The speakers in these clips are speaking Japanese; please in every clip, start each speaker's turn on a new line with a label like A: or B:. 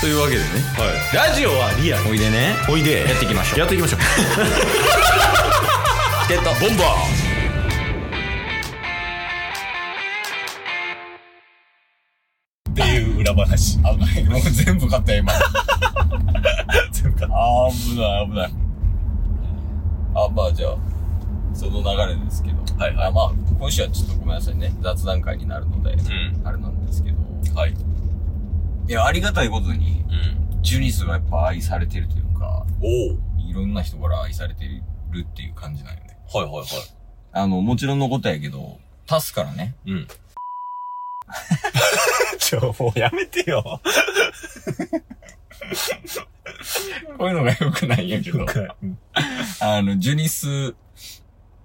A: というわけでね
B: ラジオはリアル
A: おいでね
B: おいで
A: やっていきましょう
B: やっていき ましょう
A: チケットボンバー
C: っていう裏話。危ない。もう全部買ったよ、今。全部買った。あー危ない、危ない。あ、まあじゃあ、その流れですけど。はいはい。あまあ、今週はちょっとごめんなさいね。雑談会になるので、あれなんですけど。はい。いや、ありがたいことに、ジュニスはやっぱ愛されてるというか、
B: おお
C: いろんな人から愛されてるっていう感じなんよね。
B: はいはいは
C: あの、もちろんのことやけど、タスからね、
B: いうん ちょ、もうやめて よ。
C: こういうのが良くないんやけど、あの、ジュニス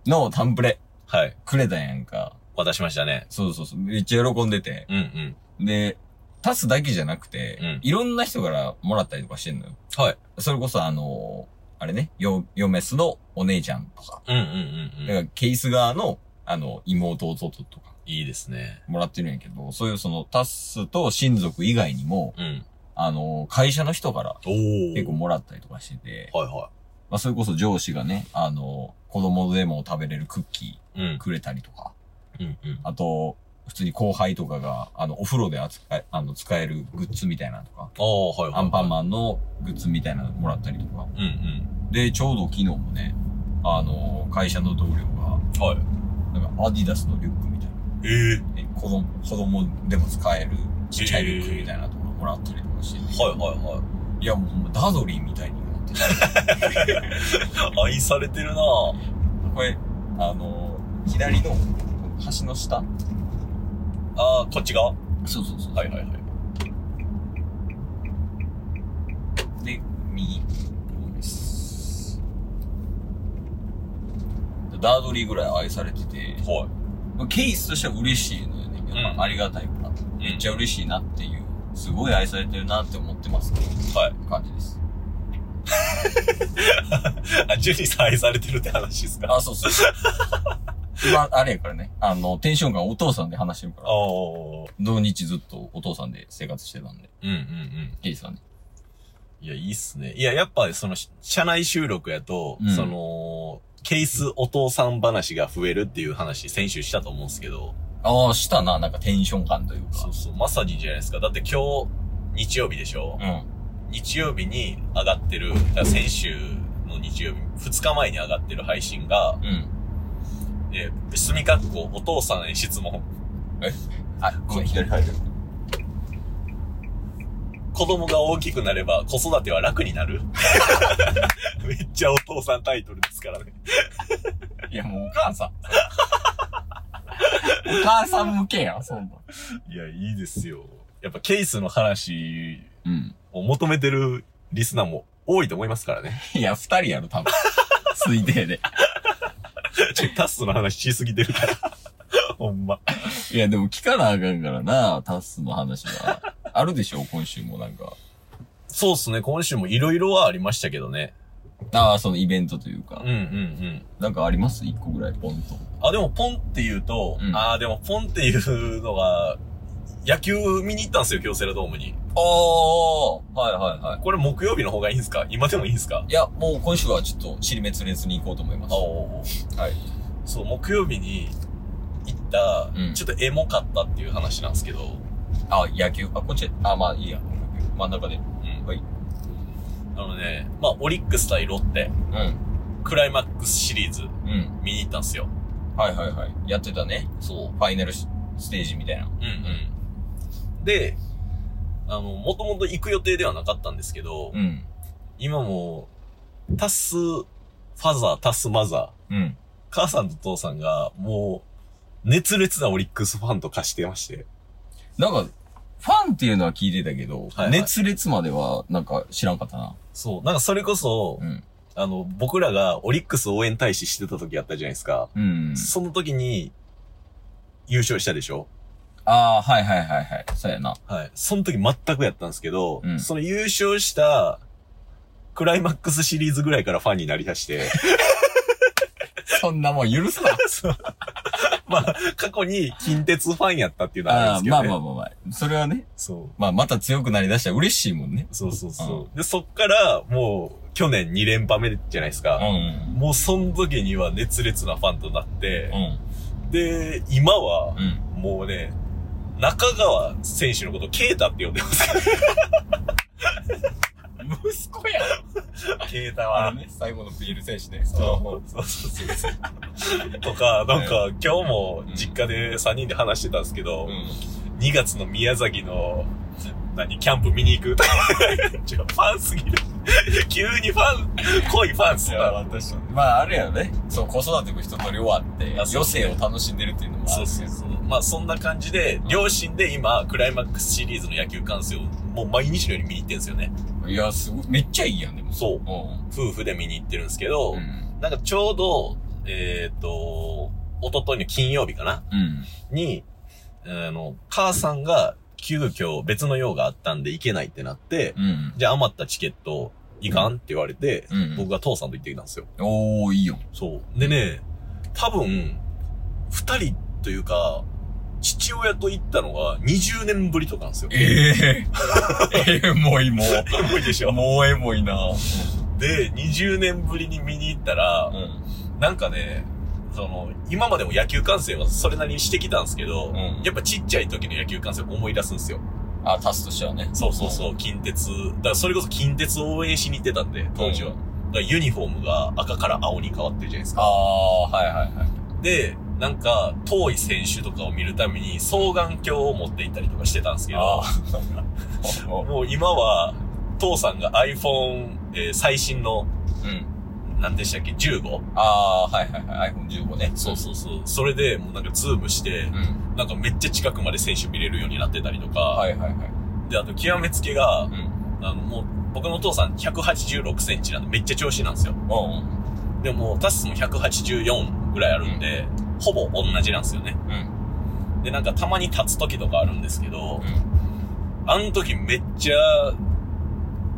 C: のタンプレ
B: はい。
C: くれたやんか。
B: 渡しましたね。
C: そうそうそう。めっちゃ喜んでて。
B: うんうん。
C: で、タスだけじゃなくて、
B: うん
C: いろんな人からもらったりとかしてんのよ。
B: はい。
C: それこそあのーあれね、よ、嫁すのお姉ちゃんとか、
B: うんうん
C: だからケース側の、あの、妹弟とか
B: いいですね。
C: もらってるんやけど、そういうそのタスと親族以外にも、
B: うん。
C: あのー会社の人から
B: おお
C: 結構もらったりとかしてて、
B: はいは
C: まあ、それこそ上司がね、あのー子供でも食べれるクッキ
B: い。うん
C: ー。くれたりとか、
B: うんうん。
C: あと、普通に後輩とかが、あの、お風呂で扱い、あの、使えるグッズみたいなのとか、
B: ああ、はいは
C: ア
B: い。
C: ンパン
B: ン。
C: マンのグッズみたいなのもらったりとか。
B: うんうん。
C: で、ちょうど昨日もね、あの、会社の同僚
B: はい。
C: が、なんかアディダスのリュックみたいな、
B: え
C: え子供、子供でも使えるちっちゃいリュックみたいなところもらったりとかして、
B: えはいはいはい。
C: いやもうほんまダドリーみたいになってた。
B: 愛されてるなぁ。
C: これ、あの、左の橋の下
B: ああ、こっち側
C: そうそうそう
B: はいはいはい。
C: で、右。です。ダードリーぐらい愛されてて、
B: はい。
C: ケースとしては嬉しいのよね。やっぱありがたいから。めっちゃ嬉しいなっていう、すごい愛されてるなって思ってます、
B: はい。
C: 感じです。
B: あ、ジュニーさん愛されてるって話ですかあ
C: あ、そうそうそう。 今、あれやからね。あの、テンションがお父さんで話してるから。
B: あー。
C: 土日ずっとお父さんで生活してたんで、
B: うんうんうん。
C: ケースはね。
B: いや、いいっすね。いや、やっぱ、その、社内収録やと、
C: うん
B: その、ケースお父さん話が増えるっていう話、先週したと思うんですけど、
C: ああ、したな、なんかテンション感というか。
B: そうそう、まさにじゃないですか。だって今日、日曜日でしょ、
C: うん。
B: 日曜日に上がってる、あ先週の日曜日、2日前に上がってる配信が、
C: うん。
B: えー、墨かっこ、お父さんへ質問。
C: あ、ごめん、左入る。
B: 子供が大きくなれば子育ては楽になる めっちゃお父さんタイトルですからね。
C: いや、もうお母 さん。お母さん向けやん、そんな。
B: いや、いいですよ。やっぱケースの話
C: うん。
B: を求めてるリスナーも多いと思いますからね。
C: いや、二人やろ、多分。推定で。
B: ちょタッスの話しすぎてるから。 ほんま。
C: いや、でも聞かなあかんからな、タスの話は。あるでしょ、今週もなんか。
B: そうっすね。今週もいろいろはありましたけどね。
C: ああ、そのイベントというか
B: うん。うんうん。
C: なんかあります一個ぐらい、ポンと。
B: あ、でもポンって言うと、
C: うん
B: あーでもポンっていうのが、野球見に行ったんですよ、京セラドームに。
C: ああ、はいはいは
B: これ木曜日の方がいいんすか今でもいいんすか
C: い。いや、もう今週はちょっと、尻滅裂に行こうと思います。はい。
B: そう、木曜日に行った、
C: うん
B: ちょっとエモかったっていう話なんですけど、
C: あ、野球、あ、こっち、あ、まあいいや。真ん中で。
B: うん
C: はい。
B: あのね、まあ、オリックス対ロッテ、
C: うん。
B: クライマックスシリーズ
C: うん。
B: 見に行ったんですよ。
C: はいはいはい。やってたね。
B: そ
C: ファイナルステージみたいな。
B: う。うんうん。で、あの、もともと行く予定ではなかったんですけど、
C: うん。
B: 今もう、タス、ファザー、タスマザー、
C: うん。
B: 母さんと父さんが、もう、熱烈なオリックスファンと化してまして。
C: なんか、ファンっていうのは聞いてたけど、
B: はいはい
C: 熱烈まではなんか知らんかったな。
B: そう。なんかそれこそ、
C: うん。
B: あの、僕らがオリックス応援大使してた時あったじゃないですか。
C: うん。
B: その時に、優勝したでしょ
C: ああ、はいはいはいはい。そうやな。
B: はい。その時全くやったんですけど、
C: うん
B: その優勝した、クライマックスシリーズぐらいからファンになりだして、
C: そんなもん許すな。
B: そう まあ、過去に近鉄ファンやったっていうのはあ
C: あ
B: る
C: あ、
B: んですけど、
C: まあ
B: ね。
C: まあまあまあ。それはね、
B: そう。
C: まあまた強くなりだしたら嬉しいもんね。
B: そうそうそう。で、そっから、もう、去年2連覇目じゃないです
C: う
B: か。
C: ん。
B: もう、その時には熱烈なファンとなって
C: う、ん。
B: で、今は
C: う、ん。
B: もうね、中川選手のこと、ケータって呼んでます。
C: 息子や
B: ケータ
C: あ
B: は
C: の。ね、 最後のビール選手ね。
B: そうそうそうそう。とか、なんか、今日も実家で3人で話してたんですけど、
C: ん。
B: 2月の宮崎の、何、キャンプ見に行く ちょファンすぎる。急にファン、濃いファンっす
C: いや、
B: な。
C: 私まあ、あれやろね。そう、子育ても一通り終わって、
B: あそう
C: 余生を楽しんでるっていうのもあ
B: そ
C: る
B: う
C: け
B: そう
C: ど。
B: そう。まあそんな感じで、両親で今、クライマックスシリーズの野球観戦をもう毎日のように見に行ってるんですよね。
C: いや、すごい。めっちゃいいやん、でも。
B: そう。
C: う
B: 夫婦で見に行ってるんですけど、
C: ん。うん。
B: なんかちょうど、えっ、と、一昨日の金曜日かな
C: うん。
B: に、あの、母さんが急遽別の用があったんで行けないってなって、
C: うん。
B: じゃあ余ったチケットいかんって言われて、
C: うん
B: 僕が父さんと行ってきたんですよ。
C: おー、いいよ。
B: そう。でね、多分、二人というか、父親と行ったのが20年ぶりとかなんですよ。
C: ええエモい、もう。
B: エモいでしょ。
C: もうエモいな。
B: で、20年ぶりに見に行ったら
C: う、ん。
B: なんかね、その、今までも野球観戦はそれなりにしてきたんですけど、
C: うん
B: やっぱちっちゃい時の野球観戦を思い出すんですよ。
C: あ、タスとしてはね。
B: そうそうそう、近鉄。だからそれこそ近鉄を応援しに行ってたんで、当時は。
C: うん
B: だからユニフォームが赤から青に変わってるじゃないですか。
C: あー、はいはいはい。
B: で、なんか、遠い選手とかを見るために、双眼鏡を持って行ったりとかしてたんですけど、
C: ー。
B: もう今は、父さんが iPhone、えー最新の、
C: うん。
B: 何でしたっけ、15?
C: あー、はいはいはい。iPhone15 ね。
B: そうそうそう。それで、もうなんかズームして
C: う。、ん。
B: なんかめっちゃ近くまで選手見れるようになってたりとか、
C: はいはいはい。
B: で、あと極めつけが、
C: うん。
B: あの、もう、僕のお父さん186センチなんでめっちゃ調子なんですよ。
C: う
B: でも、タスも184ぐらいあるんで、ほぼ同じなんですよね。
C: ん。うん。
B: で、なんかたまに立つ時とかあるんですけど、
C: うん。
B: あの時めっちゃ、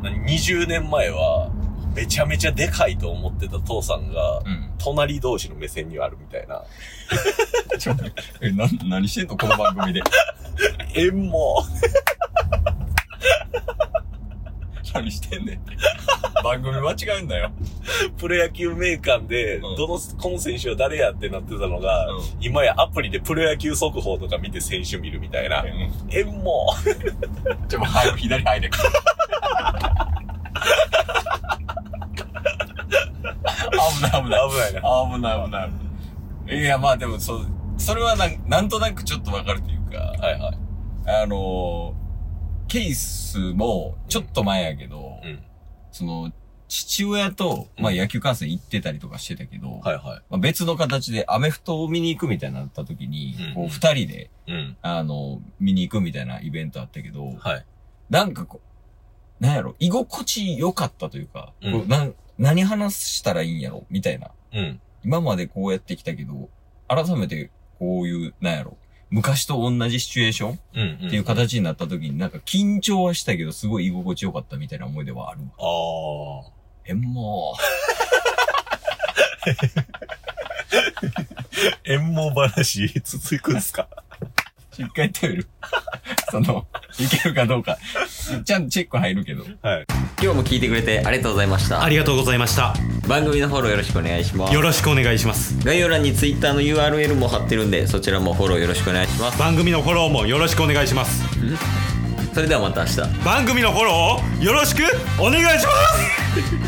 B: 何20年前は、めちゃめちゃでかいと思ってた父さんが、
C: うん。
B: 隣同士の目線にあるみたいな。
C: ちょ、え、な、何してんのこの番組で。
B: えんも
C: 何してんねん。番組間違えんなよ。
B: う、 プロ野球名鑑で、
C: うん
B: どの、この選手は誰やってなってたのが、
C: うん
B: 今やアプリでプロ野球速報とか見て選手見るみたいな。えんもう、
C: ちょ、もう早く左入れ。危ない危ない。危ない危な
B: 危ないな。
C: い危ない。いや、まあでも、そう、それはなん、なんとなくちょっとわかるというか、
B: はいはい。
C: あのー、ケースも、ちょっと前やけど、
B: うん。
C: その、父親と、まあ野球観戦行ってたりとかしてたけど、
B: はいは
C: まあ、別の形でアメフトを見に行くみたいになった時に、
B: うん
C: こう二人で、
B: い。うん。
C: あの、見に行くみたいなイベントあったけど、
B: はい。
C: なんかこう、なんやろ、居心地良かったというか、
B: うん
C: こうなん何話したらいいんやろ、みたいな。
B: うん。
C: 今までこうやってきたけど、改めてこういう、なんやろ、昔と同じシチュエーションっ
B: うん、うん。
C: ていう。形になった時に、なんか緊張はしたけど、すごい居心地良かったみたいな思い出はあるわ。
B: ああ。
C: えんも
B: 縁も話 続くんすか
C: う、 しっかりとる。 その、いけるかどうか。ちゃんとチェック入るけど。
B: はい。
A: 今日も聞いてくれてありがとうございました
D: ありがとうございました。
A: 番組のフォローよろしくお願いします
D: よろしくお願いします。
A: 概要欄に Twitter の URL も貼ってるんでそちらもフォローよろしくお願いします
D: 番組のフォローもよろしくお願いします。
A: それではまた明日
D: 番組のフォローをよろしくお願いします